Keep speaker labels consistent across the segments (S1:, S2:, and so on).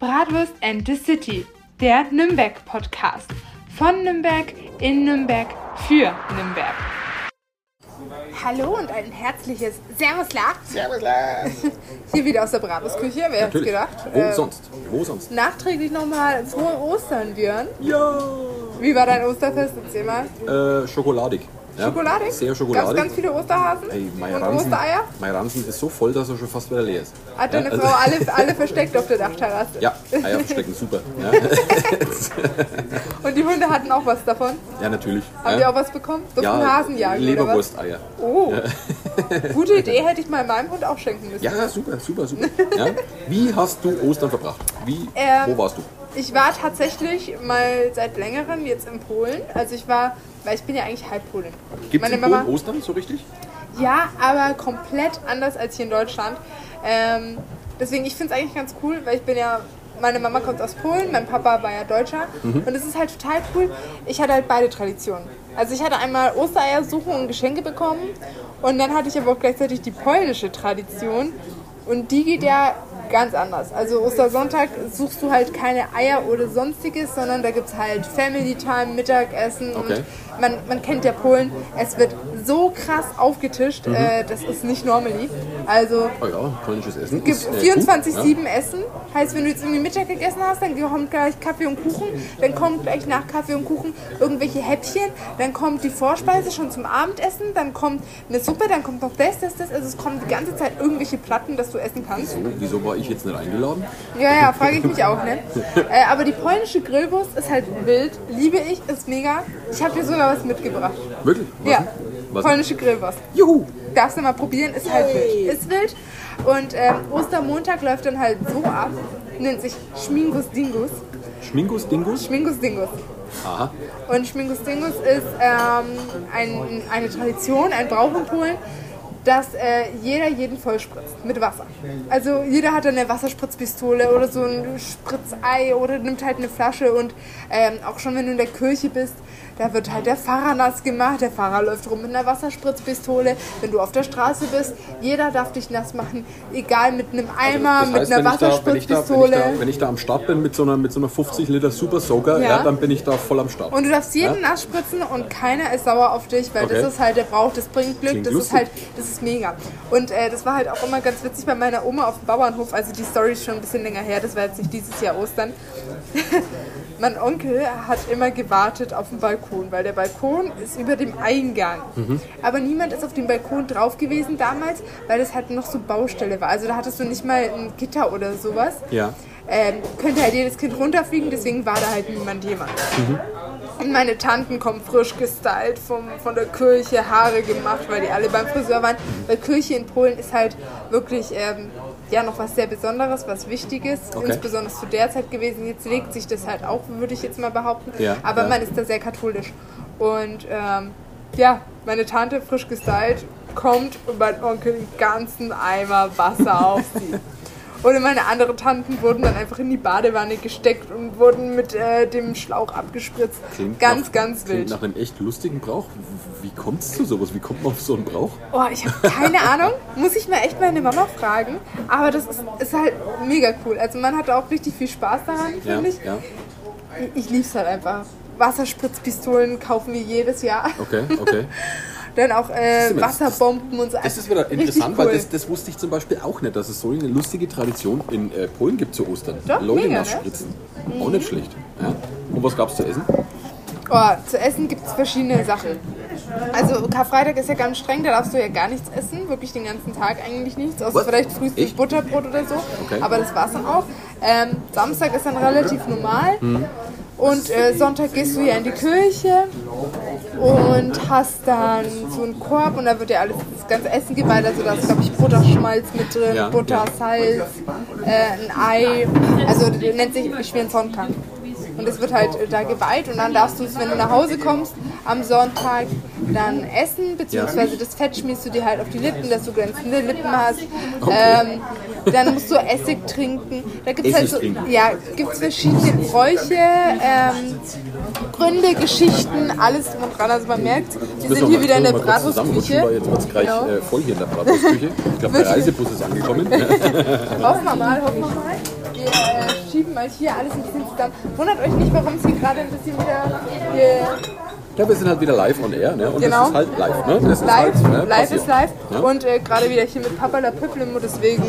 S1: Bratwurst and the City, der Nürnberg-Podcast. Von Nürnberg, in Nürnberg, für Nürnberg. Hallo und ein herzliches Servus Lacht.
S2: Servus, Lars!
S1: Hier wieder aus der Bratwurstküche, wer hätte gedacht?
S2: Wo
S1: Ähm,
S2: sonst? Wo sonst?
S1: Nachträglich nochmal frohe Ostern, Björn.
S2: Ja!
S1: Wie war dein Osterfest? Erzähl mal.
S2: Äh, schokoladig. Ja,
S1: Schokoladig?
S2: Sehr
S1: Gab's
S2: schokoladig.
S1: ganz viele Osterhasen
S2: Ey, mein
S1: und
S2: Ransen,
S1: Ostereier?
S2: mein Ransen ist so voll, dass er schon fast wieder leer ist.
S1: Hat deine
S2: ja, also-
S1: Frau alle, alle versteckt auf der Dachterrasse?
S2: Ja, Eier verstecken, super. Ja,
S1: Und die Hunde hatten auch was davon?
S2: ja natürlich.
S1: Haben die
S2: ja.
S1: auch was bekommen? So
S2: ja,
S1: vom Hasenjagen
S2: Leberwursteier.
S1: oder was? Oh, gute Idee, hätte ich mal meinem Hund auch schenken müssen.
S2: Ja, super, super, super. Ja. Wie hast du Ostern verbracht? Wie,
S1: Ähm,
S2: wo warst du?
S1: Ich war tatsächlich mal seit längerem jetzt in Polen. Also ich war, weil ich bin ja eigentlich halb Polin.
S2: Gibt es
S1: Meine
S2: in
S1: Mama,
S2: Polen Ostern so richtig?
S1: ja, aber komplett anders als hier in Deutschland. Ähm, deswegen, ich finde es eigentlich ganz cool, weil ich bin ja, meine Mama kommt aus Polen, mein Papa war ja Deutscher. Und es ist halt total cool. Ich hatte halt beide Traditionen. Also ich hatte einmal Ostereiersuche und Geschenke bekommen. Und dann hatte ich aber auch gleichzeitig die polnische Tradition. Und die geht ja ganz anders. Also Ostersonntag suchst du halt keine Eier oder sonstiges, sondern da gibt es halt Family Time, Mittagessen
S2: Okay.
S1: und man, man kennt ja Polen, es wird so krass aufgetischt,
S2: Mhm.
S1: äh, das ist nicht normally. Also
S2: Oh ja, polnisches Essen.
S1: gibt
S2: ist, äh, gut,
S1: 24-7 Essen. Heißt, wenn du jetzt irgendwie Mittag gegessen hast, dann kommt gleich Kaffee und Kuchen. Dann kommt gleich nach Kaffee und Kuchen irgendwelche Häppchen. Dann kommt die Vorspeise schon zum Abendessen. Dann kommt eine Suppe, dann kommt noch das, das, das. Also es kommen die ganze Zeit irgendwelche Platten, dass du essen kannst.
S2: Ja. Oh, Wieso war ich jetzt nicht eingeladen?
S1: Ja, ja, frage ich mich auch, ne? Äh, aber die polnische Grillwurst ist halt wild. Liebe ich, ist mega. Ich habe dir sogar was mitgebracht.
S2: Wirklich? Was?
S1: Ja,
S2: Was?
S1: polnische Grillwurst.
S2: Juhu!
S1: Darfst du mal probieren, ist halt wild. Ist wild. Und ähm, Ostermontag läuft dann halt so ab, nennt sich Schmingus Dingus.
S2: Schminkus, Dingus?
S1: Schmingus Dingus.
S2: Aha.
S1: Und Schmingus Dingus ist ähm, ein, eine Tradition, ein Brauch in Polen, dass äh, jeder jeden vollspritzt mit Wasser. Also jeder hat dann eine Wasserspritzpistole oder so ein Spritzei oder nimmt halt eine Flasche und ähm, auch schon wenn du in der Kirche bist, da wird halt der Pfarrer nass gemacht, der Pfarrer läuft rum mit einer Wasserspritzpistole, wenn du auf der Straße bist, jeder darf dich nass machen, egal mit einem Eimer,
S2: Also, Das heißt,
S1: Ah, mit einer
S2: wenn ich da- wenn ich da-
S1: Wasserspritzpistole.
S2: Wenn ich, da, wenn ich da am Start bin mit so einer, mit so einer 50 Liter Super Soaker,
S1: Ja.
S2: ja. dann bin ich da voll am Start.
S1: Und du darfst jeden
S2: Genau. Ja?
S1: nass spritzen und keiner ist sauer auf dich, weil das
S2: Okay.
S1: ist halt der Brauch, das bringt Glück,
S2: Klingt
S1: das ist
S2: lustig.
S1: halt, das ist mega. Und äh, das war halt auch immer ganz witzig bei meiner Oma auf dem Bauernhof, also die Story ist schon ein bisschen länger her, das war jetzt nicht dieses Jahr Ostern. mein Onkel hat immer gewartet auf dem Balkon, weil der Balkon ist über dem Eingang.
S2: Mhm.
S1: Aber niemand ist auf dem Balkon drauf gewesen damals, weil das halt noch so Baustelle war. Also da hattest du nicht mal ein Gitter oder sowas.
S2: Ja.
S1: Ähm, könnte halt jedes Kind runterfliegen, deswegen war da halt niemand jemand.
S2: Mhm.
S1: Und meine Tanten kommen frisch gestylt vom, von der Kirche, Haare gemacht, weil die alle beim Friseur waren. Weil Kirche in Polen ist halt wirklich ähm, ja noch was sehr Besonderes, was Wichtiges,
S2: Okay.
S1: insbesondere zu der Zeit gewesen. Jetzt legt sich das halt auch, würde ich jetzt mal behaupten.
S2: Ja,
S1: Aber
S2: ja.
S1: man ist da sehr katholisch. Und ähm, ja, meine Tante frisch gestylt kommt und mein Onkel einen ganzen Eimer Wasser auf sie. Oder meine anderen Tanten wurden dann einfach in die Badewanne gesteckt und wurden mit äh, dem Schlauch abgespritzt.
S2: Klingt
S1: ganz,
S2: nach,
S1: ganz
S2: Klingt
S1: wild.
S2: nach einem echt lustigen Brauch. W- Wie kommt es zu sowas? Wie kommt man auf so einen Brauch?
S1: Oh, ich habe keine Ahnung. Muss ich mal echt meine Mama fragen. Aber das ist, ist halt mega cool. Also man hatte auch richtig viel Spaß daran,
S2: Ja,
S1: finde ich.
S2: ja.
S1: ich. Ich lieb's halt einfach. Wasserspritzpistolen kaufen wir jedes Jahr.
S2: Okay, okay.
S1: Dann auch äh,
S2: ist immer- das-
S1: Wasserbomben und so. Also
S2: Das ist wieder
S1: Richtig
S2: interessant, weil
S1: cool.
S2: das, das wusste ich zum Beispiel auch nicht, dass es so eine lustige Tradition in äh, Polen gibt zu Ostern.
S1: Doch,
S2: Leute
S1: mega,
S2: nass
S1: ne?
S2: spritzen. Auch nicht schlecht. Ja. Und was gab es zu essen?
S1: Oh, zu essen gibt es verschiedene Sachen. Also Karfreitag ist ja ganz streng, da darfst du ja gar nichts essen, wirklich den ganzen Tag eigentlich nichts, außer
S2: What?
S1: vielleicht frühstück
S2: Echt?
S1: Butterbrot oder so.
S2: Okay.
S1: Aber das war's dann auch. Ähm, Samstag ist dann relativ normal
S2: Hm.
S1: und äh, Sonntag gehst du ja in die Kirche und hast dann so einen Korb und da wird ja alles das ganze Essen geweiht. Also da ist glaube ich Butterschmalz mit drin,
S2: Ja,
S1: Butter,
S2: ja.
S1: Salz, äh, ein Ei. Also das nennt sich Schwierensonntag. Und es wird halt äh, da geweiht und dann darfst du es, wenn du nach Hause kommst, am Sonntag dann essen, beziehungsweise das Fett schmierst du dir halt auf die Lippen, dass du glänzende Lippen hast. Ähm, dann musst du Essig trinken. Da gibt es halt
S2: Essig
S1: so,
S2: trinken.
S1: ja, gibt's verschiedene Bräuche, ähm, Gründe, Geschichten, alles drum und dran. Also man merkt, wir
S2: Müssen
S1: sind hier
S2: mal-
S1: wieder in der
S2: mal kurz zusammenrutschen, Weil
S1: Bratwurstküche.
S2: jetzt wird es gleich
S1: Genau.
S2: äh, voll hier in der Bratwurstküche. Ich glaube, der
S1: Wirklich?
S2: Reisebus ist angekommen. Ja.
S1: Hoffen wir mal, hoffen wir mal. Wir äh, schieben mal hier alles ein bisschen zusammen. Wundert euch nicht, warum es hier gerade ein bisschen wieder hier
S2: Ja, wir sind halt wieder live on air, ne? Und
S1: Genau.
S2: das ist halt live, ne? Das ist
S1: live,
S2: halt, ne?
S1: live
S2: passiert.
S1: ist live.
S2: Ja?
S1: Und äh, gerade wieder hier mit Papa La Püpplimo, deswegen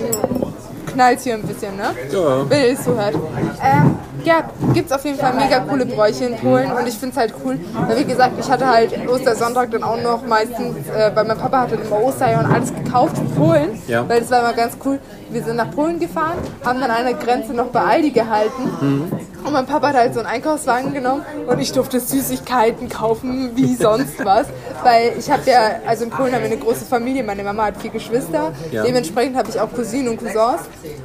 S1: knallt hier ein bisschen, ne?
S2: Ja.
S1: Wenn ihr es so hört. Ähm, ja, gibt's auf jeden Fall mega coole Bräuche in Polen und ich find's halt cool. Weil wie gesagt, ich hatte halt Ostersonntag dann auch noch meistens, äh, weil mein Papa hatte immer Osterei und alles gekauft in Polen,
S2: Ja.
S1: weil das war immer ganz cool. Wir sind nach Polen gefahren, haben dann an der Grenze noch bei Aldi gehalten.
S2: Mhm.
S1: Und mein Papa hat halt so einen Einkaufswagen genommen und ich durfte Süßigkeiten kaufen wie sonst was. Weil ich habe ja, also in Polen haben wir eine große Familie, meine Mama hat vier Geschwister,
S2: Ja.
S1: dementsprechend habe ich auch Cousinen und Cousins.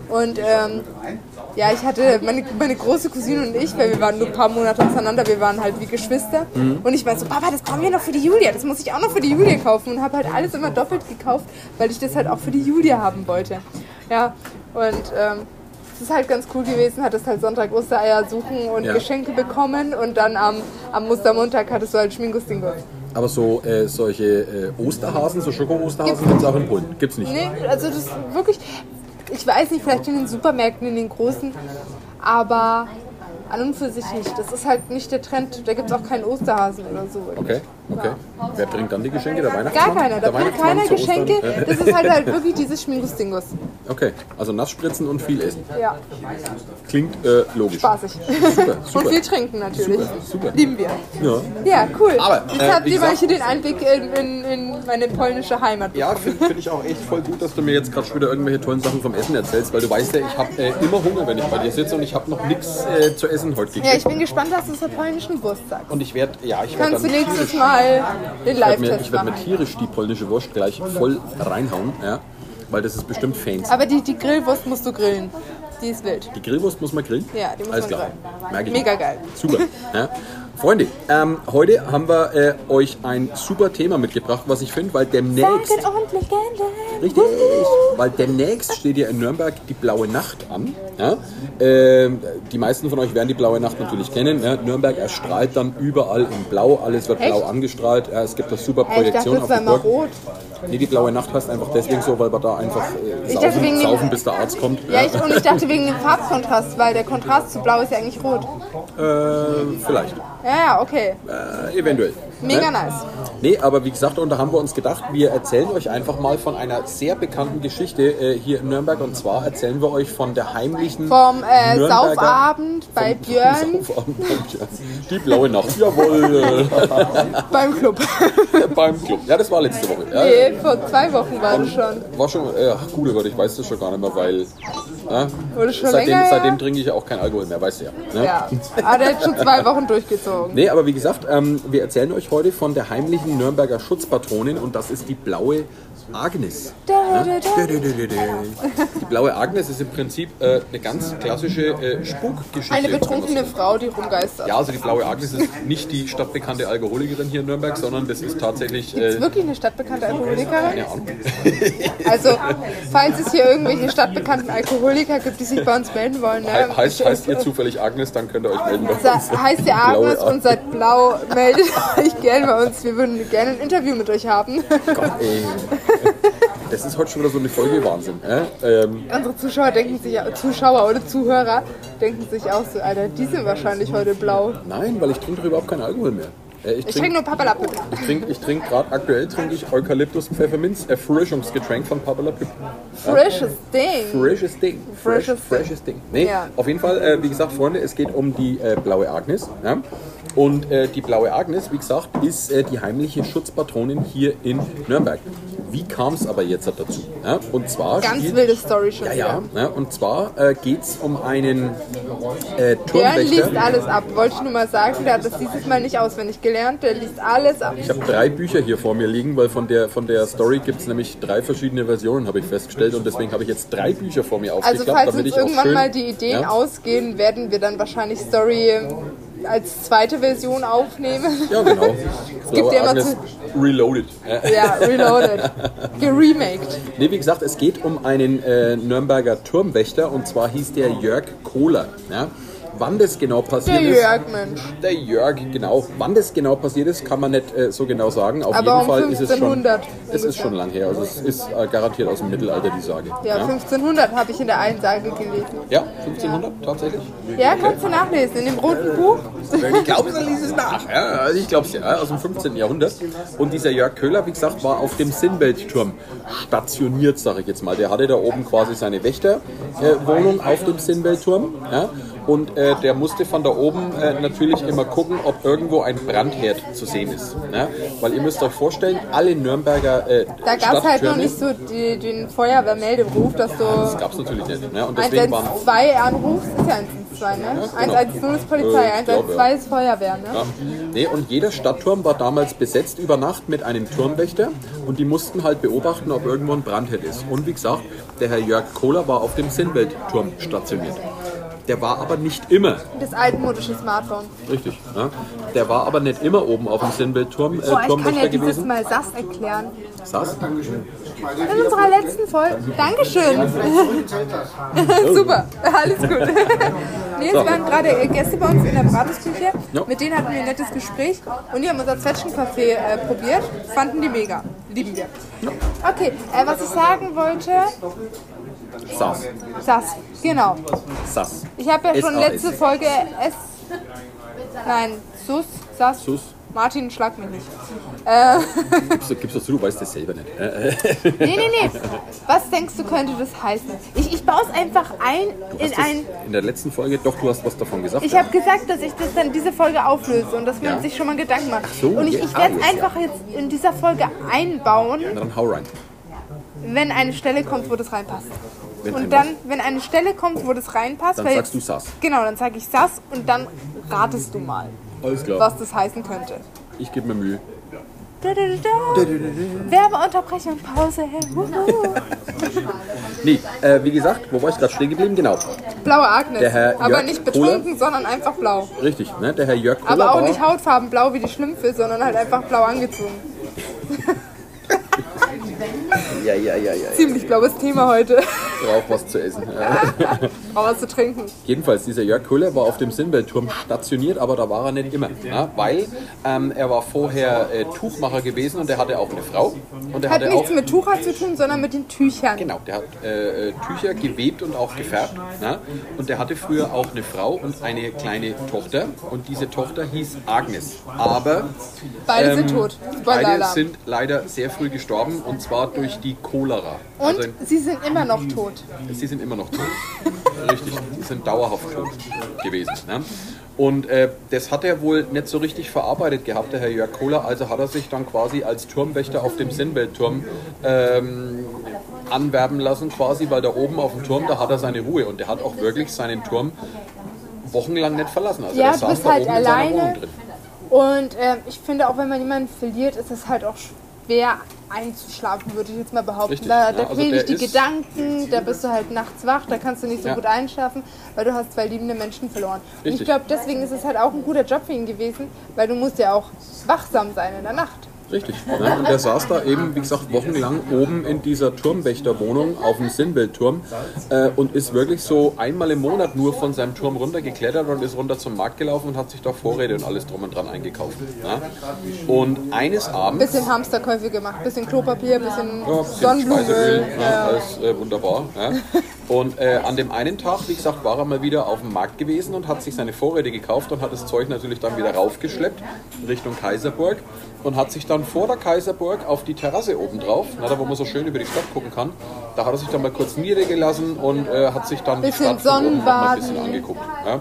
S1: Und ähm, ja, ich hatte meine, meine große Cousine und ich, weil wir waren nur ein paar Monate auseinander, wir waren halt wie Geschwister. Und ich war so, Papa, das brauchen wir noch für die Julia, das muss ich auch noch für die Julia kaufen. Und habe halt alles immer doppelt gekauft, weil ich das halt auch für die Julia haben wollte. Ja, und ähm, es ist halt ganz cool gewesen, hattest halt Sonntag Ostereier suchen und
S2: Ja.
S1: Geschenke bekommen und dann am, am Ostermontag hattest du halt Schminkgustingo.
S2: Aber so äh, solche äh, Osterhasen, so Schoko-Osterhasen gibt es auch in Polen. Gibt's nicht.
S1: Nee, also das ist wirklich, ich weiß nicht, vielleicht in den Supermärkten, in den großen, aber an und für sich nicht. Das ist halt nicht der Trend, da gibt es auch keinen Osterhasen oder so.
S2: Okay, okay. Wer bringt dann die Geschenke? Der
S1: Gar
S2: Weihnachtsmann?
S1: keiner, da
S2: Der
S1: bringt
S2: Weihnachtsmann
S1: keiner
S2: zu Ostern?
S1: Geschenke.
S2: Ja.
S1: Das ist halt halt wirklich dieses Schminkgustingos.
S2: Okay, also nass spritzen und viel essen.
S1: Ja,
S2: Klingt äh, logisch.
S1: spaßig.
S2: Super,
S1: Und
S2: super.
S1: viel trinken natürlich.
S2: Super, super.
S1: Lieben wir.
S2: Ja,
S1: Ja, cool.
S2: Aber,
S1: Jetzt
S2: äh,
S1: habt
S2: wie
S1: ihr mal
S2: gesagt-
S1: hier den Einblick in, in, in meine polnische Heimat.
S2: ja finde find ich auch echt voll gut, dass du mir jetzt gerade schon wieder irgendwelche tollen Sachen vom Essen erzählst, weil du weißt ja, ich habe äh, immer Hunger, wenn ich bei dir sitze und ich habe noch nichts äh, zu essen heute
S1: Ja,
S2: gekriegt.
S1: ich bin gespannt, was du zur polnischen Wurst sagst.
S2: und ich werde, ja, ich werde
S1: Kannst du
S2: dann
S1: nächstes
S2: tierisch,
S1: Mal den
S2: werd mir, ich
S1: Live-Test
S2: werd mir
S1: machen.
S2: tierisch die polnische Wurst gleich voll reinhauen, ja, weil das ist bestimmt Fans.
S1: Aber die, die Grillwurst musst du grillen. Die ist wild.
S2: Die Grillwurst muss man grillen?
S1: Ja, die muss
S2: Alles
S1: man
S2: klar.
S1: grillen.
S2: Merk ich
S1: Mega
S2: mir.
S1: geil.
S2: Super. Ja. Freunde, ähm, heute haben wir äh, euch ein super Thema mitgebracht, was ich finde, weil demnächst,
S1: Saget und Legenden.
S2: richtig, weil demnächst steht ja in Nürnberg die Blaue Nacht an. Ja? Ähm, die meisten von euch werden die Blaue Nacht natürlich kennen. Ja? Nürnberg erstrahlt dann überall in Blau, alles wird blau
S1: Echt?
S2: angestrahlt. Ja, es gibt da super
S1: Ey, ich dachte,
S2: Projektionen
S1: das war
S2: die
S1: mal
S2: Burg.
S1: rot.
S2: Nee, die Blaue Nacht heißt einfach deswegen so, weil wir da einfach äh,
S1: dachte, wegen
S2: saufen,
S1: dem-
S2: saufen, bis der Arzt kommt.
S1: Ja, ich, und ich dachte wegen dem Farbkontrast, weil der Kontrast zu blau ist ja eigentlich rot.
S2: äh, vielleicht.
S1: Ja, ja, okay.
S2: Äh, eventuell.
S1: Mega
S2: ne?
S1: nice.
S2: Nee, aber wie gesagt, und da haben wir uns gedacht, wir erzählen euch einfach mal von einer sehr bekannten Geschichte äh, hier in Nürnberg. Und zwar erzählen wir euch von der heimlichen
S1: Vom äh,
S2: Nürnberger-
S1: Saufabend bei
S2: vom
S1: Björn
S2: Saufabend bei Björn. Die blaue Nacht, jawohl,
S1: beim Club.
S2: äh, beim Club. Ja, das war letzte Woche. Ja,
S1: nee, vor zwei Wochen war das schon.
S2: War schon, äh, ach gut, aber ich weiß das schon gar nicht mehr, weil äh,
S1: Wurde schon
S2: seitdem,
S1: länger
S2: seitdem
S1: her?
S2: trinke ich ja auch kein Alkohol mehr, weißt du ja. Ne?
S1: Ja. Aber der hat schon zwei Wochen durchgezogen.
S2: Nee, aber wie gesagt, ähm, wir erzählen euch heute von der heimlichen Nürnberger Schutzpatronin und das ist die blaue Agnes. Die blaue Agnes ist im Prinzip äh, eine ganz klassische äh, Spukgeschichte.
S1: Eine betrunkene Frau, die rumgeistert.
S2: Ja, also die blaue Agnes ist nicht die stadtbekannte Alkoholikerin hier in Nürnberg, sondern das ist tatsächlich.
S1: Ist
S2: Äh,
S1: wirklich eine stadtbekannte Alkoholikerin?
S2: keine Ahnung.
S1: Also, falls es hier irgendwelche stadtbekannten Alkoholiker gibt, die sich bei uns melden wollen, ne?
S2: He heißt, heißt ihr zufällig Agnes, dann könnt ihr euch melden bei uns.
S1: Sa- heißt ihr
S2: Blaue
S1: Agnes und seid blau, meldet euch gerne bei uns. Wir würden gerne ein Interview mit euch haben. Also-
S2: Ey. Das ist heute schon wieder so eine Folge Wahnsinn. Äh? Ähm,
S1: Unsere Zuschauer denken sich, Zuschauer oder Zuhörer denken sich auch so, Alter, die sind wahrscheinlich heute blau.
S2: nein, weil ich trinke doch überhaupt keinen Alkohol mehr. Äh, ich
S1: Ich
S2: trinke
S1: trinke nur Papalapel.
S2: Ich trinke ich trink gerade aktuell trinke ich Eukalyptus Pfefferminz Erfrischungsgetränk von Papa La Pip.
S1: Frisches Ding.
S2: Freshes Ding. Fresh,
S1: Freshes
S2: freshes Ding. Nee,
S1: Ja.
S2: auf jeden Fall, äh, wie gesagt, Freunde, es geht um die äh, blaue Agnes. Ja? Und äh, die blaue Agnes, wie gesagt, ist äh, die heimliche Schutzpatronin hier in Nürnberg. Wie kam es aber jetzt dazu? Ja? Und zwar
S1: Ganz
S2: spielt-
S1: wilde Story schon.
S2: Ja,
S1: wieder.
S2: ja, ja, und zwar äh, geht es um einen äh,
S1: Björn liest
S2: Turmwächter.
S1: alles ab, wollte ich nur mal sagen. Der hat das dieses Mal nicht auswendig gelernt. Der liest alles ab.
S2: Ich habe drei Bücher hier vor mir liegen, weil von der, von der Story gibt es nämlich drei verschiedene Versionen, habe ich festgestellt. Und deswegen habe ich jetzt drei Bücher vor mir
S1: Also
S2: aufgeklappt,
S1: falls uns
S2: damit ich auch
S1: irgendwann
S2: schön,
S1: mal die Ideen
S2: ja,
S1: ausgehen, werden wir dann wahrscheinlich Story ähm, als zweite Version aufnehmen.
S2: Ja, genau. Es
S1: gibt ja immer
S2: Reloaded. Äh,
S1: Ja, reloaded. Geremaked.
S2: Nee, wie gesagt, es geht um einen äh, Nürnberger Turmwächter und zwar hieß der Jörg Kohler. Ja? Wann das genau passiert
S1: Der
S2: ist.
S1: Jörg, Mensch.
S2: Der Jörg, genau. Wann das genau passiert ist, kann man nicht äh, so genau sagen. Auf
S1: Aber
S2: jeden
S1: um
S2: Fall ist es schon,
S1: 1500
S2: es ist
S1: ungefähr.
S2: schon lang her. Also es ist äh, garantiert aus dem Mittelalter die Sage.
S1: Ja,
S2: ja?
S1: 1500 habe ich in der Einsage gelesen.
S2: Ja, 1500 tatsächlich. Äh,
S1: Ja, kannst du nachlesen in dem roten Buch.
S2: Ich glaube, er liest es nach. Ja, also ich glaube es ja, aus dem 15. Jahrhundert. Und dieser Jörg Köhler, wie gesagt, war auf dem Sinnbeltturm stationiert, sage ich jetzt mal. Der hatte da oben quasi seine Wächterwohnung auf dem Sinnbeltturm. Ja? Und äh, der musste von da oben äh, natürlich immer gucken, ob irgendwo ein Brandherd zu sehen ist. Ja? Weil ihr müsst euch vorstellen, alle Nürnberger äh,
S1: Da gab es halt noch
S2: Stadttürme-
S1: nicht so die, den Feuerwehrmelderuf, dass
S2: Das
S1: du
S2: gab's natürlich nicht. Ne? Und deswegen waren
S1: 112 anrufst. Ist ja 112, ne?
S2: genau.
S1: 110 ist
S2: Äh,
S1: Polizei,
S2: glaub,
S1: 112
S2: ja.
S1: ist Feuerwehr, ne?
S2: Ja. Nee, und jeder Stadtturm war damals besetzt über Nacht mit einem Turmwächter und die mussten halt beobachten, ob irgendwo ein Brandherd ist. Und wie gesagt, der Herr Jörg Kohler war auf dem Sinnweltturm stationiert. Der war aber nicht immer,
S1: Das altmodische Smartphone.
S2: richtig, ne? der war aber nicht immer oben auf dem Sinnweltturm äh,
S1: Boah, ich kann ja
S2: Turmwächter
S1: dieses
S2: gewesen.
S1: Mal SAS erklären.
S2: Saß?
S1: In unserer letzten Folge. Dankeschön. Super, alles gut. Nee, es waren gerade äh, Gäste bei uns in der Bratusküche.
S2: Ja.
S1: Mit denen hatten wir ein nettes Gespräch und die haben unser Zwetschgenkaffee äh, probiert. Fanden die mega. Lieben wir. Okay, äh, was ich sagen wollte,
S2: Saß.
S1: das, genau.
S2: Saß.
S1: Ich habe ja schon
S2: SAS.
S1: letzte Folge S. Nein, Sus, Sas.
S2: Sus.
S1: Martin, schlag mich nicht. Äh,
S2: Gib's, gib's das zu, du weißt das selber nicht. Äh, äh,
S1: Nee, nee, nee. Was denkst du, könnte das heißen? Ich, ich baue es einfach ein
S2: hast
S1: in
S2: das
S1: ein.
S2: in der letzten Folge, doch, du hast was davon gesagt.
S1: Ich habe gesagt, dass ich das dann diese Folge auflöse und dass man
S2: Ja.
S1: sich schon mal Gedanken macht.
S2: so,
S1: und ich,
S2: ja,
S1: ich werde es
S2: alles,
S1: einfach jetzt in dieser Folge einbauen,
S2: Na, Dann hau rein.
S1: wenn eine Stelle kommt, wo das reinpasst.
S2: Wenn ein
S1: und dann, wenn eine Stelle kommt, wo das reinpasst,
S2: Dann
S1: weil
S2: sagst du Sass.
S1: Genau, dann sage ich Sass und dann ratest du mal,
S2: Alles klar.
S1: was das heißen könnte.
S2: Ich gebe mir Mühe.
S1: Da, da, da, da. Werbeunterbrechung, Pause. Wuhu.
S2: Nee, äh, wie gesagt, wo war ich gerade stehen geblieben? Genau,
S1: Blaue Agnes.
S2: Der Herr
S1: aber
S2: Jörg
S1: nicht
S2: Kohler.
S1: betrunken, sondern einfach blau.
S2: richtig, ne? Der Herr Jörg Köhler
S1: Aber auch
S2: war,
S1: nicht hautfarbenblau wie die Schlümpfe, sondern halt einfach blau angezogen.
S2: Ja, ja, ja, ja.
S1: Ziemlich blaues Thema heute.
S2: Braucht was zu essen. Ja.
S1: Aber was zu trinken.
S2: Jedenfalls, dieser Jörg Köhler war auf dem Sinnweltturm stationiert, aber da war er nicht immer, ne? weil ähm, er war vorher äh, Tuchmacher gewesen und er hatte auch eine Frau. Und er
S1: Hat
S2: hatte auch,
S1: nichts mit Tucher zu tun, sondern mit den Tüchern.
S2: Genau, der hat äh, äh, Tücher gewebt und auch gefärbt. Ne? Und der hatte früher auch eine Frau und eine kleine Tochter. Und diese Tochter hieß Agnes. Aber
S1: Beide sind
S2: ähm,
S1: tot.
S2: Beide
S1: Spoiler.
S2: sind leider sehr früh gestorben und zwar durch die Cholera.
S1: Und
S2: Also
S1: sie sind immer noch tot.
S2: Äh, sie sind immer noch tot. Richtig, sie sind dauerhaft tot gewesen. Ne? Und äh, das hat er wohl nicht so richtig verarbeitet gehabt, der Herr Jörg Kohler. Also hat er sich dann quasi als Turmwächter auf dem Sinnweltturm ähm, anwerben lassen, quasi, weil da oben auf dem Turm, da hat er seine Ruhe. Und der hat auch wirklich seinen Turm wochenlang nicht verlassen. Also
S1: Ja,
S2: der
S1: du
S2: saß
S1: bist
S2: da
S1: halt
S2: oben in seiner
S1: alleine.
S2: Wohnung drin.
S1: Und ähm, ich finde, auch wenn man jemanden verliert, ist es halt auch schwer einzuschlafen, würde ich jetzt mal behaupten.
S2: Richtig,
S1: da
S2: ja,
S1: da
S2: also
S1: fehlen
S2: der
S1: dich die
S2: ist-
S1: Gedanken, da bist du halt nachts wach, da kannst du nicht so
S2: Ja.
S1: gut einschlafen, weil du hast zwei liebende Menschen verloren. Und ich
S2: Richtig.
S1: glaube, deswegen ist es halt auch ein guter Job für ihn gewesen, weil du musst ja auch wachsam sein in der Nacht.
S2: Richtig. Ne? Und der saß da eben, wie gesagt, wochenlang oben in dieser Turmwächterwohnung auf dem Sinnbildturm äh, und ist wirklich so einmal im Monat nur von seinem Turm runtergeklettert und ist runter zum Markt gelaufen und hat sich da Vorräte und alles drum und dran eingekauft. Ne? Und eines Abends.
S1: Bisschen Hamsterkäufe gemacht, bisschen Klopapier, bisschen
S2: Ja, bisschen Speiseöl,
S1: Sonnenblumenöl.
S2: ja, alles äh, wunderbar. Ja. Und äh, an dem einen Tag, wie gesagt, war er mal wieder auf dem Markt gewesen und hat sich seine Vorräte gekauft und hat das Zeug natürlich dann wieder raufgeschleppt Richtung Kaiserburg und hat sich dann vor der Kaiserburg auf die Terrasse oben drauf, na, da wo man so schön über die Stadt gucken kann, da hat er sich dann mal kurz niedergelassen und äh, hat sich dann die
S1: Bisschen
S2: Stadt von oben noch mal
S1: Sonnenbaden.
S2: ein bisschen angeguckt. Ja.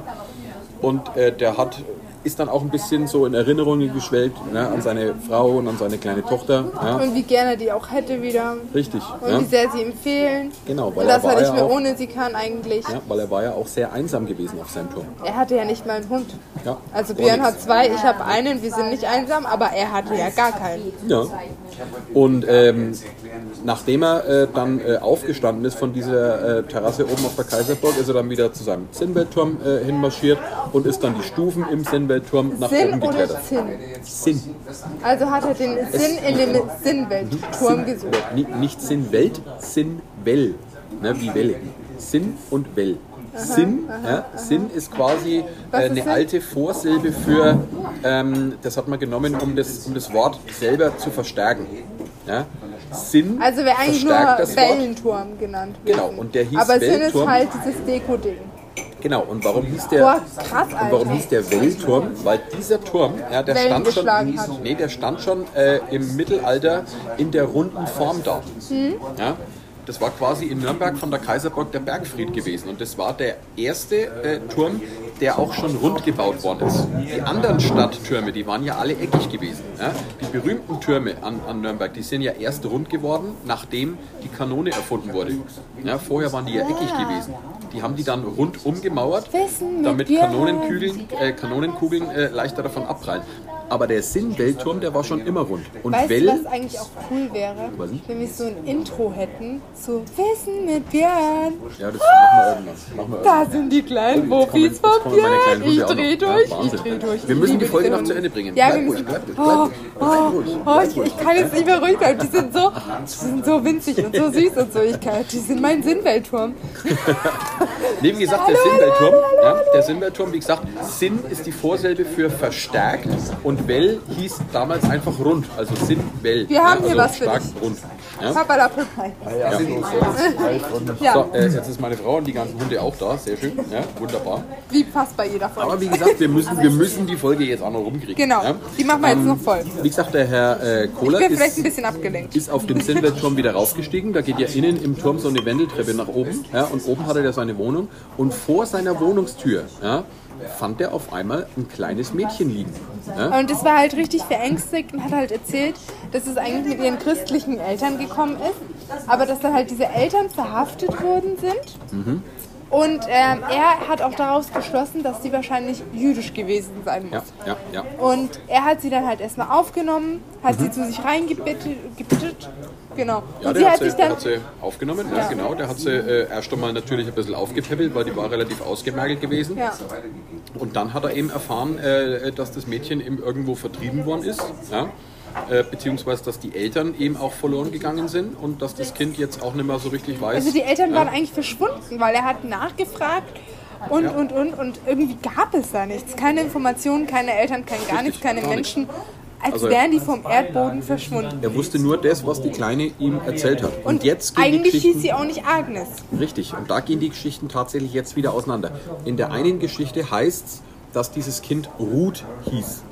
S2: Und äh, der hat ist dann auch ein bisschen so in Erinnerungen geschwelgt ne, an seine Frau und an seine kleine Tochter. Ja.
S1: Und wie gerne die auch hätte wieder.
S2: Richtig.
S1: Und
S2: ja.
S1: wie sehr sie ihm fehlen.
S2: Genau, weil
S1: Und
S2: er
S1: dass
S2: war
S1: er nicht
S2: ja
S1: mehr
S2: auch-
S1: ohne sie kann eigentlich.
S2: Ja, weil er war ja auch sehr einsam gewesen auf seinem Turm.
S1: Er hatte ja nicht mal einen Hund.
S2: Ja.
S1: Also
S2: Gar
S1: Björn
S2: nichts.
S1: hat zwei, ich habe einen, wir sind nicht einsam, aber er hatte ja gar keinen.
S2: Ja. Und ähm, nachdem er äh, dann äh, aufgestanden ist von dieser äh, Terrasse oben auf der Kaiserburg, ist er dann wieder zu seinem Sinnweltturm äh, hinmarschiert und ist dann die Stufen im Sinnweltturm nach
S1: Sinn
S2: oben
S1: oder
S2: geklettert.
S1: Sinn?
S2: Sinn.
S1: Also hat er den Sinn in dem
S2: Mhm.
S1: Sinnweltturm gesucht.
S2: Ni- Nicht Sinnwelt, Sinnwell. Ne, wie Welle. Sinn und Well. Sinn. Ja? Sinn ist quasi äh,
S1: ist
S2: eine
S1: Sinn?
S2: alte Vorsilbe für, ähm, das hat man genommen, um das, um das Wort selber zu verstärken. Ja? Sinn
S1: Also wäre eigentlich nur
S2: verstärkt das Wort.
S1: Wellenturm genannt. gewesen.
S2: Genau, und der hieß
S1: Aber Sinn ist
S2: Wellenturm.
S1: halt dieses Deko-Ding.
S2: Genau, und warum hieß der,
S1: Boah, krass,
S2: und warum
S1: Alter.
S2: hieß der Wellturm? Weil dieser Turm, ja, der,
S1: Wellen
S2: stand schon,
S1: geschlagen hat.
S2: nee, der stand schon äh, im Mittelalter in der runden Form da.
S1: Hm?
S2: Ja, das war quasi in Nürnberg von der Kaiserburg der Bergfried gewesen. Und das war der erste äh, Turm, der auch schon rund gebaut worden ist. Die anderen Stadttürme, die waren ja alle eckig gewesen. Ja? Die berühmten Türme an, an Nürnberg, die sind ja erst rund geworden, nachdem die Kanone erfunden wurde. Ja, vorher waren die ja eckig gewesen. Die haben die dann rund umgemauert,
S1: Wissen mit
S2: damit
S1: Björn.
S2: Kanonenkugeln, äh, Kanonenkugeln äh, leichter davon abprallen. Aber der Sinn-Weltturm, der war schon immer rund. Und
S1: Weißt
S2: Well,
S1: du, was eigentlich auch cool wäre?
S2: Was denn?
S1: Wenn wir so ein Intro hätten zu Wissen mit Björn.
S2: ja, das machen wir irgendwann. Machen wir
S1: Da sind die kleinen Wuppies
S2: jetzt kommen
S1: von
S2: meine
S1: Björn.
S2: kleinen
S1: Ich
S2: Hunde auch
S1: dreh
S2: noch. Ja,
S1: durch, ich
S2: Wahnsinn.
S1: dreh durch.
S2: Wir müssen
S1: Ich
S2: die
S1: liebe
S2: Folge
S1: diese
S2: noch zu
S1: Hunde.
S2: Ende bringen.
S1: Ja,
S2: Bleib
S1: wir
S2: ruhig,
S1: müssen-
S2: bleib ruhig, bleib
S1: Oh,
S2: ruhig,
S1: oh,
S2: bleib ruhig,
S1: oh,
S2: bleib
S1: ich-
S2: ruhig.
S1: Ich kann jetzt nicht mehr ruhig bleiben. Die sind so, die sind so winzig und so süß und so. Ich kann, die sind mein Sinnweltturm.
S2: Neben gesagt, der Sinnweltturm. Ja, der Sinnweltturm, wie gesagt, Sinn ist die Vorsilbe für verstärkt und Well hieß damals einfach rund. Also Sinn-Well.
S1: Wir haben
S2: ja,
S1: hier
S2: also
S1: was für
S2: stark
S1: dich.
S2: rund. Ja?
S1: Papa da
S2: Ah, Ja.
S1: Ja,
S2: So, äh, jetzt ist meine Frau und die ganzen Hunde auch da. Sehr schön. Ja, wunderbar.
S1: wie fast bei jeder Folge.
S2: Aber wie gesagt, wir müssen, wir müssen die Folge jetzt auch noch rumkriegen.
S1: Also Genau,
S2: Ja?
S1: die machen wir jetzt noch voll.
S2: Wie gesagt, der Herr äh, Kohler
S1: Ich bin vielleicht ein
S2: ist,
S1: bisschen abgelenkt.
S2: ist auf dem Sinnweltturm wieder raufgestiegen. Da geht ja innen im Turm so eine Wendeltreppe nach oben. Ja? Und oben hatte er seine Wohnung. Und vor seiner Wohnungstür ja, fand er auf einmal ein kleines Mädchen liegen. Ja?
S1: Und es war halt richtig verängstigt und hat halt erzählt, dass es eigentlich mit ihren christlichen Eltern gekommen ist, aber dass dann halt diese Eltern verhaftet worden sind. Und ähm, er hat auch daraus geschlossen, dass die wahrscheinlich jüdisch gewesen sein muss.
S2: Ja, ja, ja.
S1: Und er hat sie dann halt erstmal aufgenommen, hat sie zu sich reingebittet. gebittet, Genau.
S2: Mhm. Ja,
S1: und
S2: der
S1: sie
S2: hat
S1: hat
S2: sie,
S1: sich dann.
S2: der hat sie aufgenommen, ja. genau. Der hat sie äh, erst einmal natürlich ein bisschen aufgepäppelt, weil die war relativ ausgemergelt gewesen.
S1: ja.
S2: Und dann hat er eben erfahren, äh, dass das Mädchen eben irgendwo vertrieben worden ist. Ja? Äh, beziehungsweise, dass die Eltern eben auch verloren gegangen sind und dass das Kind jetzt auch nicht mehr so richtig weiß.
S1: Also die Eltern
S2: ja?
S1: waren eigentlich verschwunden, weil er hat nachgefragt und, und, und, und irgendwie gab es da nichts. Keine Informationen, keine Eltern, kein gar nichts, keine
S2: gar nichts.
S1: Menschen. Als
S2: Also-
S1: wären die vom Erdboden verschwunden.
S2: Er wusste nur das, was die Kleine ihm erzählt hat. Und, jetzt gehen die
S1: Eigentlich hieß
S2: Geschichten,
S1: sie auch nicht Agnes.
S2: Richtig, und da gehen die Geschichten tatsächlich jetzt wieder auseinander. In der einen Geschichte heißt es, dass dieses Kind Ruth hieß.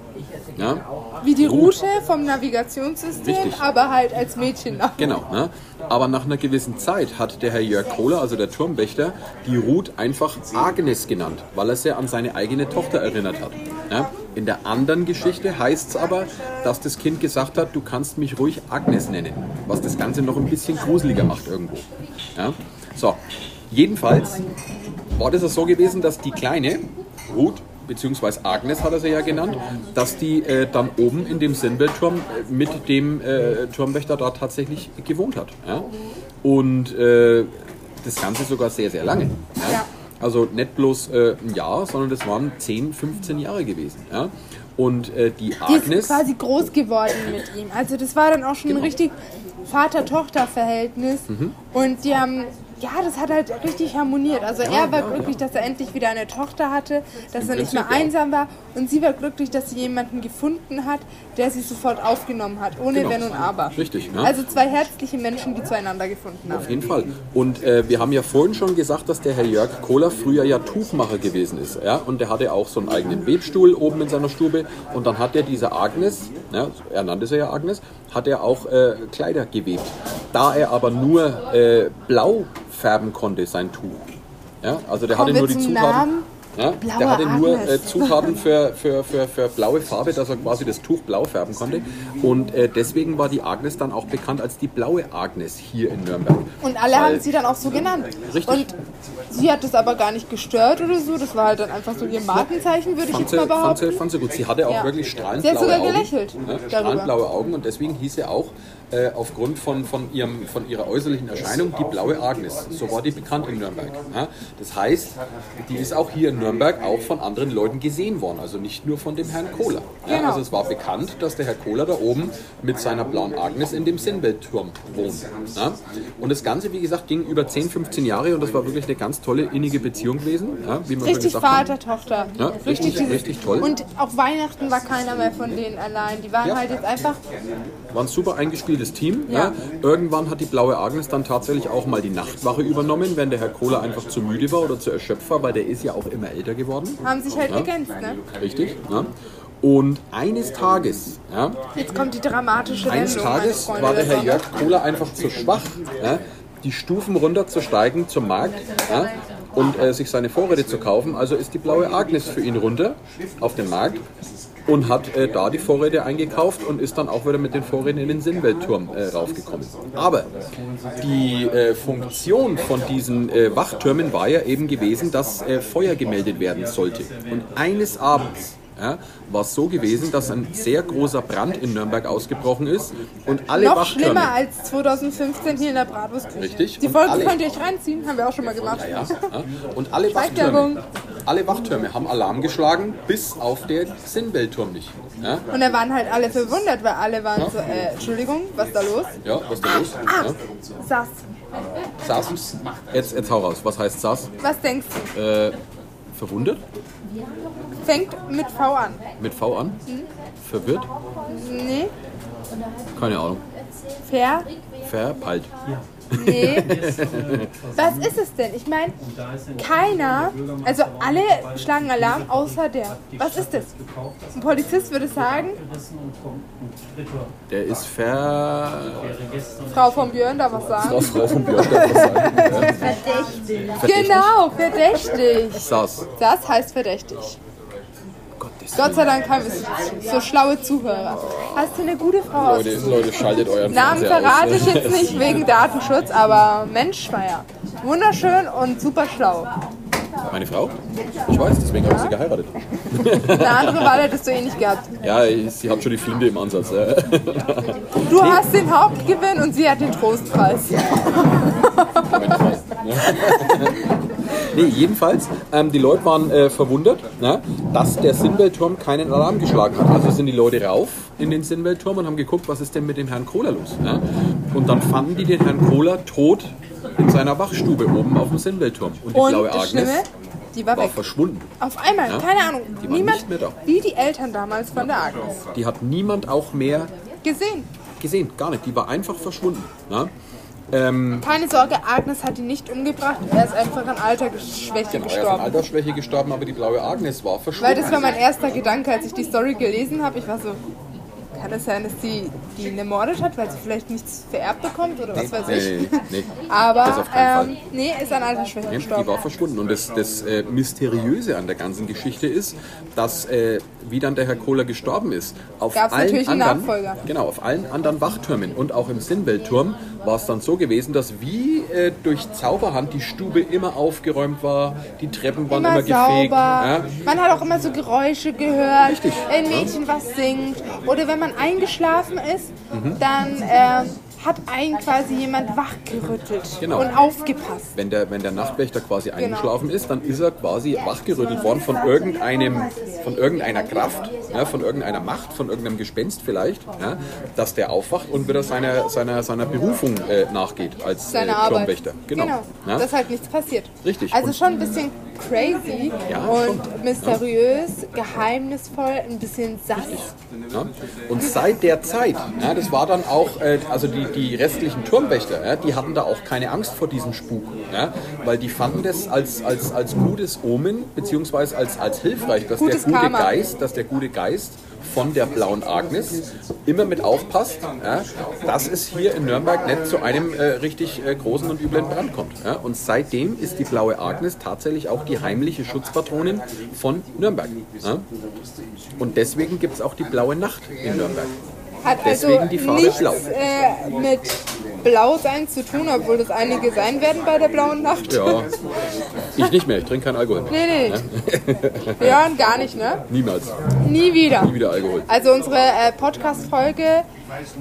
S2: Ja?
S1: Wie die
S2: Ruth.
S1: Route vom Navigationssystem,
S2: Richtig.
S1: aber halt als Mädchen. nach-
S2: Genau, ne? aber nach einer gewissen Zeit hat der Herr Jörg Kohler, also der Turmwächter, die Ruth einfach Agnes genannt, weil er sie an seine eigene Tochter erinnert hat. Ne? In der anderen Geschichte heißt es aber, dass das Kind gesagt hat, du kannst mich ruhig Agnes nennen, was das Ganze noch ein bisschen gruseliger macht irgendwo. Ja? So, jedenfalls war das ja so gewesen, dass die Kleine, Ruth, beziehungsweise Agnes hat er sie ja genannt, dass die äh, dann oben in dem Sinnbildturm äh, mit dem äh, Turmwächter da tatsächlich gewohnt hat. Ja? Und äh, das Ganze sogar sehr, sehr lange. Ja?
S1: Ja.
S2: Also nicht bloß äh, ein Jahr, sondern das waren 10, 15 Jahre gewesen. Ja? Und äh,
S1: Die
S2: die
S1: ist
S2: Agnes, Genau.
S1: quasi groß geworden mit ihm. Also das war dann auch schon ein richtig Vater-Tochter-Verhältnis.
S2: Mhm.
S1: Und die haben, ja, das hat halt richtig harmoniert. Also er war glücklich, dass er endlich wieder eine Tochter hatte, dass er nicht
S2: Prinzip,
S1: mehr
S2: ja.
S1: einsam war. Und sie war glücklich, dass sie jemanden gefunden hat, der sie sofort aufgenommen hat, ohne
S2: Genau.
S1: Wenn und Aber.
S2: Richtig, ne?
S1: Also zwei herzliche Menschen, die zueinander gefunden haben.
S2: auf jeden Fall. Und äh, wir haben ja vorhin schon gesagt, dass der Herr Jörg Kohler früher ja Tuchmacher gewesen ist. Ja? Und der hatte auch so einen eigenen Webstuhl oben in seiner Stube. Und dann hat er diese Agnes, ja, er nannte sie ja Agnes, hat er auch äh, Kleider gewebt. Da er aber nur äh, blau färben konnte, sein Tuch. Ja? Also der hatte
S1: Kommen
S2: nur
S1: wir
S2: die
S1: zum
S2: Zutaten.
S1: Namen.
S2: Ja,
S1: Blaue
S2: der hatte nur
S1: Agnes.
S2: äh, Zutaten für, für, für, für blaue Farbe, dass er quasi das Tuch blau färben konnte. Und äh, deswegen war die Agnes dann auch bekannt als die blaue Agnes hier in Nürnberg.
S1: Und alle
S2: Weil-
S1: haben sie dann auch so genannt.
S2: Richtig.
S1: Und sie hat das aber gar nicht gestört oder so. Das war halt dann einfach so ihr Markenzeichen, würde ich
S2: Fand
S1: jetzt
S2: sie,
S1: mal
S2: fand,
S1: behaupten.
S2: sie, fand sie gut. Sie hatte auch
S1: Ja.
S2: wirklich strahlend
S1: Sie hat
S2: blaue
S1: sogar
S2: Augen.
S1: gelächelt
S2: Ja,
S1: darüber.
S2: strahlend blaue Augen und deswegen hieß sie auch äh, aufgrund von, von, ihrem, von ihrer äußerlichen Erscheinung die blaue Agnes. So war die bekannt in Nürnberg. Ja? Das heißt, die ist auch hier in Nürnberg auch von anderen Leuten gesehen worden, also nicht nur von dem Herrn Kohler. Ja?
S1: Genau.
S2: Also es war bekannt, dass der Herr Kohler da oben mit seiner blauen Agnes in dem Sinnbildturm wohnt. Ja? Und das Ganze, wie gesagt, ging über 10, 15 Jahre und das war wirklich eine ganz tolle innige Beziehung gewesen. Ja? Wie wir schon
S1: Richtig
S2: gesagt haben.
S1: Vater, Tochter.
S2: Ja, richtig,
S1: dieses-
S2: richtig toll.
S1: Und auch Weihnachten war keiner mehr von denen allein. Die waren
S2: Ja.
S1: halt jetzt einfach
S2: war ein super eingespieltes Team. Ja.
S1: Ja.
S2: Irgendwann hat die blaue Agnes dann tatsächlich auch mal die Nachtwache übernommen, wenn der Herr Kohler einfach zu müde war oder zu erschöpft war, weil der ist ja auch immer älter geworden.
S1: haben sich halt
S2: Ja.
S1: ergänzt, ne?
S2: Richtig. Ja. Und eines Tages, ja,
S1: Jetzt kommt die dramatische
S2: eines
S1: Wendung, meine
S2: Tages
S1: Freunde.
S2: war der
S1: Das
S2: Herr Jörg Kohler einfach zu schwach, ja, die Stufen runterzusteigen zum Markt ja, und äh, sich seine Vorräte zu kaufen. Also ist die blaue Agnes für ihn runter auf den Markt und hat äh, da die Vorräte eingekauft und ist dann auch wieder mit den Vorräten in den Sinnweltturm äh, raufgekommen. Aber die äh, Funktion von diesen äh, Wachtürmen war ja eben gewesen, dass äh, Feuer gemeldet werden sollte. Und eines Abends ja, war es so gewesen, dass ein sehr großer Brand in Nürnberg ausgebrochen ist und alle
S1: Noch
S2: Wachtürme.
S1: schlimmer als 2015 hier in der Bratwurstküche.
S2: Richtig.
S1: Die
S2: Und
S1: Folge
S2: alle-
S1: könnt ihr euch reinziehen, haben wir auch schon mal gemacht.
S2: Ja, ja. Und alle
S1: Schleichwerbung.
S2: Wachtürme, alle Wachtürme haben Alarm geschlagen, bis auf den Sinnweltturm nicht. Ja,
S1: Und da waren halt alle verwundert, weil alle waren so, äh, Entschuldigung, was ist da los?
S2: ja was ist da los?
S1: Ah,
S2: Ja.
S1: Sass,
S2: Saß. Jetzt, jetzt hau raus. Was heißt Saß?
S1: was denkst du?
S2: Äh, verwundet?
S1: Fängt mit V an.
S2: Mit V an?
S1: Mhm.
S2: Verwirrt?
S1: Nee,
S2: Keine Ahnung.
S1: fair,
S2: Verpeilt.
S1: nee. Was ist es denn? Ich meine, keiner, also alle schlagen Alarm, außer der. Was ist das? Ein Polizist würde sagen,
S2: Der ist ver...
S1: Frau von Björn darf was sagen.
S2: Frau von Björn darf was sagen. Verdächtig.
S1: Genau, verdächtig.
S2: Saß.
S1: Das heißt verdächtig.
S2: Gottes
S1: Gott sei Dank haben wir es. So schlaue Zuhörer. Hast du eine gute Frau aus?
S2: Leute, Leute, schaltet euren
S1: Namen
S2: Fernseher aus.
S1: verrate ich jetzt nicht wegen Datenschutz, aber Mensch war ja wunderschön und super schlau.
S2: Meine Frau? Ich weiß, deswegen habe ich sie geheiratet.
S1: Eine andere Wahl hättest du eh nicht gehabt.
S2: Ja, sie hat schon die Flinte im Ansatz. ja.
S1: Du hast den Hauptgewinn und sie hat den Trostpreis.
S2: Nee, jedenfalls, ähm, die Leute waren äh, verwundert, ne, dass der Sinnweltturm keinen Alarm geschlagen hat. Also sind die Leute rauf in den Sinnweltturm und haben geguckt, was ist denn mit dem Herrn Kohler los. Ne? Und dann fanden die den Herrn Kohler tot in seiner Wachstube oben auf dem Sinnweltturm. Und die
S1: Und
S2: blaue
S1: das
S2: Agnes
S1: Schlimme, die war
S2: war
S1: weg.
S2: verschwunden.
S1: Auf einmal,
S2: Ja,
S1: keine Ahnung.
S2: die war
S1: Niemand,
S2: nicht mehr da.
S1: wie die Eltern damals von der Agnes.
S2: Die hat niemand auch mehr
S1: Gesehen.
S2: gesehen, gar nicht. Die war einfach verschwunden. Ne? Ähm,
S1: Keine Sorge, Agnes hat ihn nicht umgebracht. Er ist einfach an Altersschwäche
S2: er ist an
S1: gestorben.
S2: Altersschwäche gestorben, aber die blaue Agnes war
S1: Weil
S2: verschwunden.
S1: das war mein erster Gedanke, als ich die Story gelesen habe. Ich war so, kann es sein, dass die die ihn ermordet hat, weil sie vielleicht nichts vererbt bekommt oder was weiß ich.
S2: Nee, nee, nee. Das
S1: Aber
S2: auf keinen
S1: ähm,
S2: Fall.
S1: nee, ist an Altersschwäche
S2: Ja, Die war
S1: gestorben.
S2: verschwunden. Und das, das äh, Mysteriöse an der ganzen Geschichte ist, dass, äh, wie dann der Herr Kohler gestorben ist, auf
S1: Gab's
S2: allen
S1: natürlich einen
S2: anderen,
S1: Nachfolger.
S2: Genau, auf allen anderen Wachtürmen und auch im Sinnweltturm war es dann so gewesen, dass wie äh, durch Zauberhand die Stube immer aufgeräumt war, die Treppen waren immer,
S1: Immer
S2: gefegt.
S1: sauber.
S2: Ja?
S1: Man hat auch immer so Geräusche gehört.
S2: Richtig,
S1: Ein Mädchen, was singt. Oder wenn man eingeschlafen ist,
S2: Mhm.
S1: dann äh, hat einen quasi jemand wachgerüttelt
S2: Genau.
S1: und aufgepasst.
S2: Wenn der, wenn der Nachtwächter quasi eingeschlafen ist, dann ist er quasi wachgerüttelt worden von irgendeinem, von irgendeiner Kraft, ja, von irgendeiner Macht, von irgendeinem Gespenst vielleicht, ja, dass der aufwacht und wieder seiner, seiner, seiner Berufung äh, nachgeht als äh,
S1: seine Arbeit.
S2: Turmwächter. Genau. Ja.
S1: Dass halt nichts passiert.
S2: Richtig.
S1: Also
S2: Und-
S1: schon ein bisschen crazy
S2: Ja,
S1: und
S2: schon.
S1: mysteriös, geheimnisvoll, ein bisschen sass.
S2: Ja? Und seit der Zeit, ja, das war dann auch, äh, also die, die restlichen Turmwächter, ja, die hatten da auch keine Angst vor diesem Spuk, ja, weil die fanden das als, als, als gutes Omen, beziehungsweise als, als hilfreich, dass
S1: Gutes
S2: der gute
S1: Karma.
S2: Geist, dass der gute Geist von der blauen Agnes immer mit aufpasst, ja, dass es hier in Nürnberg nicht zu einem äh, richtig äh, großen und üblen Brand kommt. Ja. Und seitdem ist die blaue Agnes tatsächlich auch die heimliche Schutzpatronin von Nürnberg. Ja. Und deswegen gibt es auch die blaue Nacht in Nürnberg.
S1: Hat
S2: Deswegen
S1: also
S2: die Farbe
S1: nichts
S2: blau.
S1: äh, mit Blau sein zu tun, obwohl das einige sein werden bei der blauen Nacht.
S2: Ja, ich nicht mehr, ich trinke keinen Alkohol mehr.
S1: Nee, nee, nicht. Wir hören gar nicht, ne?
S2: Niemals.
S1: Nie wieder.
S2: Nie wieder Alkohol.
S1: Also unsere äh, Podcast-Folge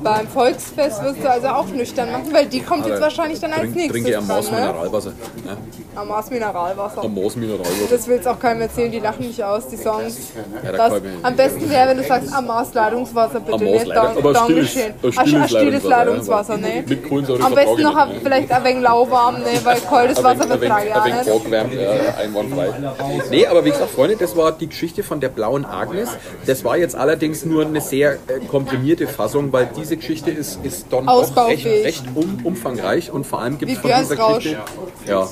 S1: Beim Volksfest wirst du also auch nüchtern machen, weil die kommt jetzt wahrscheinlich dann als
S2: Trink,
S1: nächstes.
S2: trinke am
S1: dran,
S2: Maß
S1: ne?
S2: Mineralwasser. Ne?
S1: Am Mars Mineralwasser.
S2: Am Maß Mineralwasser.
S1: Das will jetzt auch keinem erzählen, die lachen nicht aus, die Songs.
S2: Ja, da
S1: Das,
S2: kann ich mir-
S1: am besten wäre, wenn du sagst, Amars Ladungswasser bitte,
S2: Am
S1: nicht
S2: Maß
S1: down,
S2: leider. Aber
S1: down
S2: stilles,
S1: geschehen.
S2: ein
S1: Ah,
S2: stilles,
S1: stilles Ladungswasser, ne?
S2: Mit Kohlensäure
S1: Am besten noch
S2: vertrage
S1: ein-
S2: ich nicht, ne?
S1: vielleicht ein wenig lauwarm, ne? Weil kaltes
S2: Ein
S1: Wasser
S2: wenig- ein
S1: vertrage ich
S2: wenig-
S1: auch
S2: ein wenig
S1: nicht.
S2: vorgewärmt, äh, einwandfrei. Nee, aber wie gesagt, Freunde, das war die Geschichte von der blauen Agnes. Das war jetzt allerdings nur eine sehr äh, komprimierte Fassung, weil diese Geschichte ist, ist dann doch recht,
S1: Ausbaufähig.
S2: recht um, umfangreich und vor allem gibt es
S1: Wie
S2: von dieser
S1: Björns
S2: Geschichte... Ja.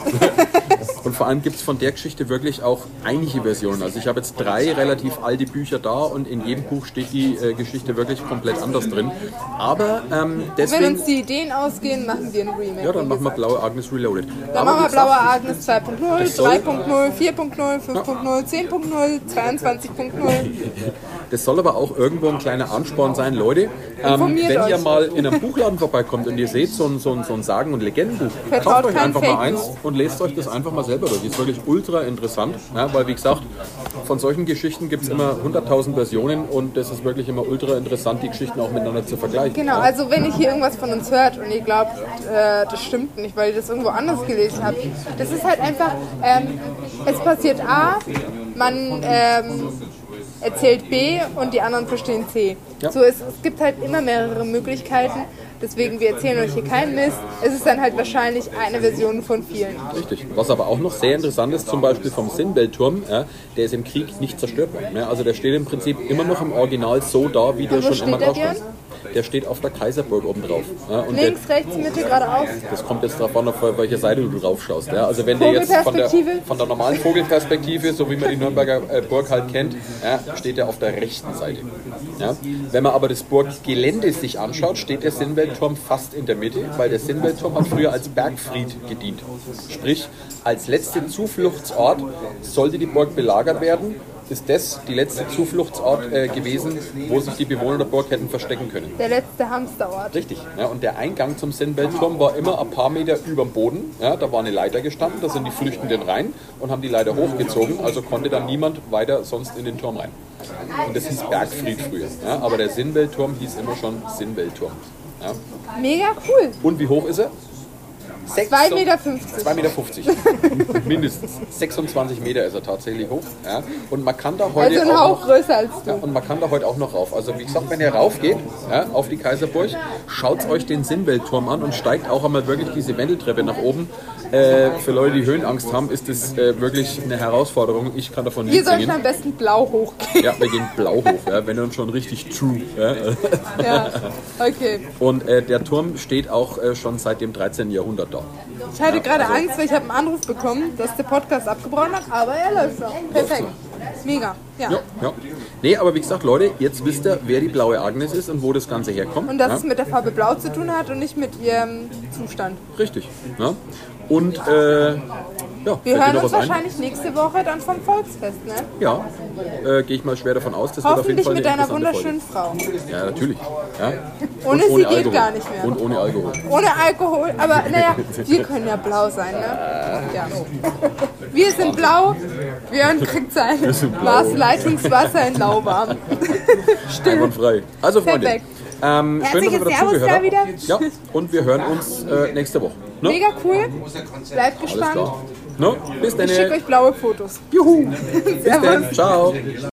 S2: und vor allem gibt es von der Geschichte wirklich auch einige Versionen. Also ich habe jetzt drei relativ alte Bücher da und in jedem Buch steht die äh, Geschichte wirklich komplett anders drin. Aber ähm,
S1: Wenn
S2: deswegen...
S1: uns die Ideen ausgehen, machen wir ein Remake.
S2: Ja, dann
S1: wie
S2: machen wir
S1: gesagt.
S2: blaue Agnes Reloaded.
S1: Dann
S2: Aber
S1: machen wir
S2: wie gesagt,
S1: blaue Agnes 2.0,
S2: soll-
S1: 3.0, 4.0, 5.0, 10.0, 22.0.
S2: Das soll aber auch irgendwo ein kleiner Ansporn sein, Leute. Ähm,
S1: Informiert
S2: wenn ihr
S1: euch.
S2: mal in einem Buchladen vorbeikommt und ihr seht so ein, so ein, so ein Sagen- und Legendenbuch,
S1: Vertraut
S2: kauft euch
S1: kein
S2: einfach
S1: Fake
S2: mal eins
S1: News.
S2: und lest euch das einfach mal selber durch. Ist wirklich ultra interessant, ja, weil wie gesagt, von solchen Geschichten gibt es immer 100.000 Versionen und das ist wirklich immer ultra interessant, die Geschichten auch miteinander zu vergleichen.
S1: Genau, also wenn ihr hier irgendwas von uns hört und ihr glaubt, äh, das stimmt nicht, weil ihr das irgendwo anders gelesen habt, das ist halt einfach, ähm, es passiert A, man ähm, erzählt B und die anderen verstehen C.
S2: Ja.
S1: So, es, es gibt halt immer mehrere Möglichkeiten, deswegen wir erzählen euch hier keinen Mist. Es ist dann halt wahrscheinlich eine Version von vielen.
S2: Richtig. Was aber auch noch sehr interessant ist, zum Beispiel vom Sinnbelturm, ja, der ist im Krieg nicht zerstört worden. Ne? Also der steht im Prinzip immer noch im Original so da, wie der
S1: wo
S2: schon immer
S1: steht der,
S2: da stand. Der steht auf der Kaiserburg oben drauf. Ja? Und der,
S1: Links, rechts, Mitte, geradeaus.
S2: das kommt jetzt darauf an, auf welche Seite du drauf schaust. Ja? Also wenn der jetzt von der,
S1: Vogelperspektive?
S2: von der normalen Vogelperspektive, so wie man die Nürnberger äh, Burg halt kennt, ja, steht er auf der rechten Seite. Ja? Wenn man aber das Burggelände sich anschaut, steht der Sinnweltturm fast in der Mitte, weil der Sinnweltturm hat früher als Bergfried gedient. Sprich, als letzter Zufluchtsort sollte die Burg belagert werden, ist das die letzte Zufluchtsort äh, gewesen, wo sich die Bewohner der Burg hätten verstecken können.
S1: Der letzte Hamsterort.
S2: Richtig. Ja, und der Eingang zum Sinnweltturm war immer ein paar Meter über dem Boden. Ja, da war eine Leiter gestanden, da sind die Flüchtenden rein und haben die Leiter hochgezogen. Also konnte dann niemand weiter sonst in den Turm rein. Und das hieß Bergfried früher. Ja, aber der Sinnweltturm hieß immer schon Sinnweltturm. Ja.
S1: Mega cool.
S2: Und wie hoch ist er?
S1: 2,50 Meter.
S2: 2,50 Meter. Mindestens. 26 Meter ist er tatsächlich hoch. Ja. Und man kann da
S1: Also
S2: heute
S1: ein
S2: auch
S1: Hauch
S2: noch-
S1: größer als
S2: ja,
S1: du.
S2: und man kann da heute auch noch rauf. Also wie gesagt, wenn ihr rauf geht ja, auf die Kaiserburg, schaut euch den Sinnweltturm an und steigt auch einmal wirklich diese Wendeltreppe nach oben. Äh, für Leute, die Höhenangst haben, ist das äh, wirklich eine Herausforderung. Ich kann davon
S1: Hier
S2: nicht
S1: sollten
S2: singen.
S1: am besten blau hochgehen.
S2: Ja, wir gehen blau hoch, ja, wenn dann schon richtig true. Ja.
S1: Ja. Okay.
S2: Und äh, der Turm steht auch äh, schon seit dem 13. Jahrhundert da.
S1: Ich hatte gerade
S2: also-
S1: Angst, weil ich habe einen Anruf bekommen, dass der Podcast abgebrochen hat, aber er läuft noch. Perfekt. Mega. Ja.
S2: Ja, ja. Nee, aber wie gesagt, Leute, jetzt wisst ihr, wer die blaue Agnes ist und wo das Ganze herkommt.
S1: Und dass
S2: ja.
S1: es mit der Farbe Blau zu tun hat und nicht mit ihrem Zustand.
S2: Richtig. Ja. Und äh, ja,
S1: Wir
S2: fällt dir
S1: hören
S2: noch
S1: uns
S2: was ein?
S1: wahrscheinlich nächste Woche dann vom Volksfest, ne?
S2: Ja, äh, gehe ich mal schwer davon aus. Das wird auf jeden
S1: Hoffentlich
S2: Fall
S1: mit
S2: eine
S1: deiner
S2: interessante
S1: wunderschönen Frau.
S2: Folge. Ja, natürlich. Ja.
S1: Ohne sie
S2: Und
S1: geht
S2: Alkohol.
S1: gar nicht mehr.
S2: Und ohne Alkohol.
S1: Ohne Alkohol, aber naja, wir können ja blau sein, ne? Ja. Wir sind blau, Björn kriegt sein Maß Leitungswasser in lauwarm.
S2: Einwandfrei. Also, Freunde.
S1: Perfekt.
S2: Ähm, schön, dass ihr
S1: Herzliches
S2: wieder
S1: Servus
S2: zugehört
S1: da
S2: habt.
S1: wieder.
S2: Ja, und wir hören uns äh, nächste Woche. Ne?
S1: Mega cool, bleibt
S2: Alles
S1: gespannt.
S2: klar. Ne? Bis dann.
S1: Ich schicke euch blaue Fotos.
S2: Juhu. Bis
S1: Servus.
S2: dann. Ciao.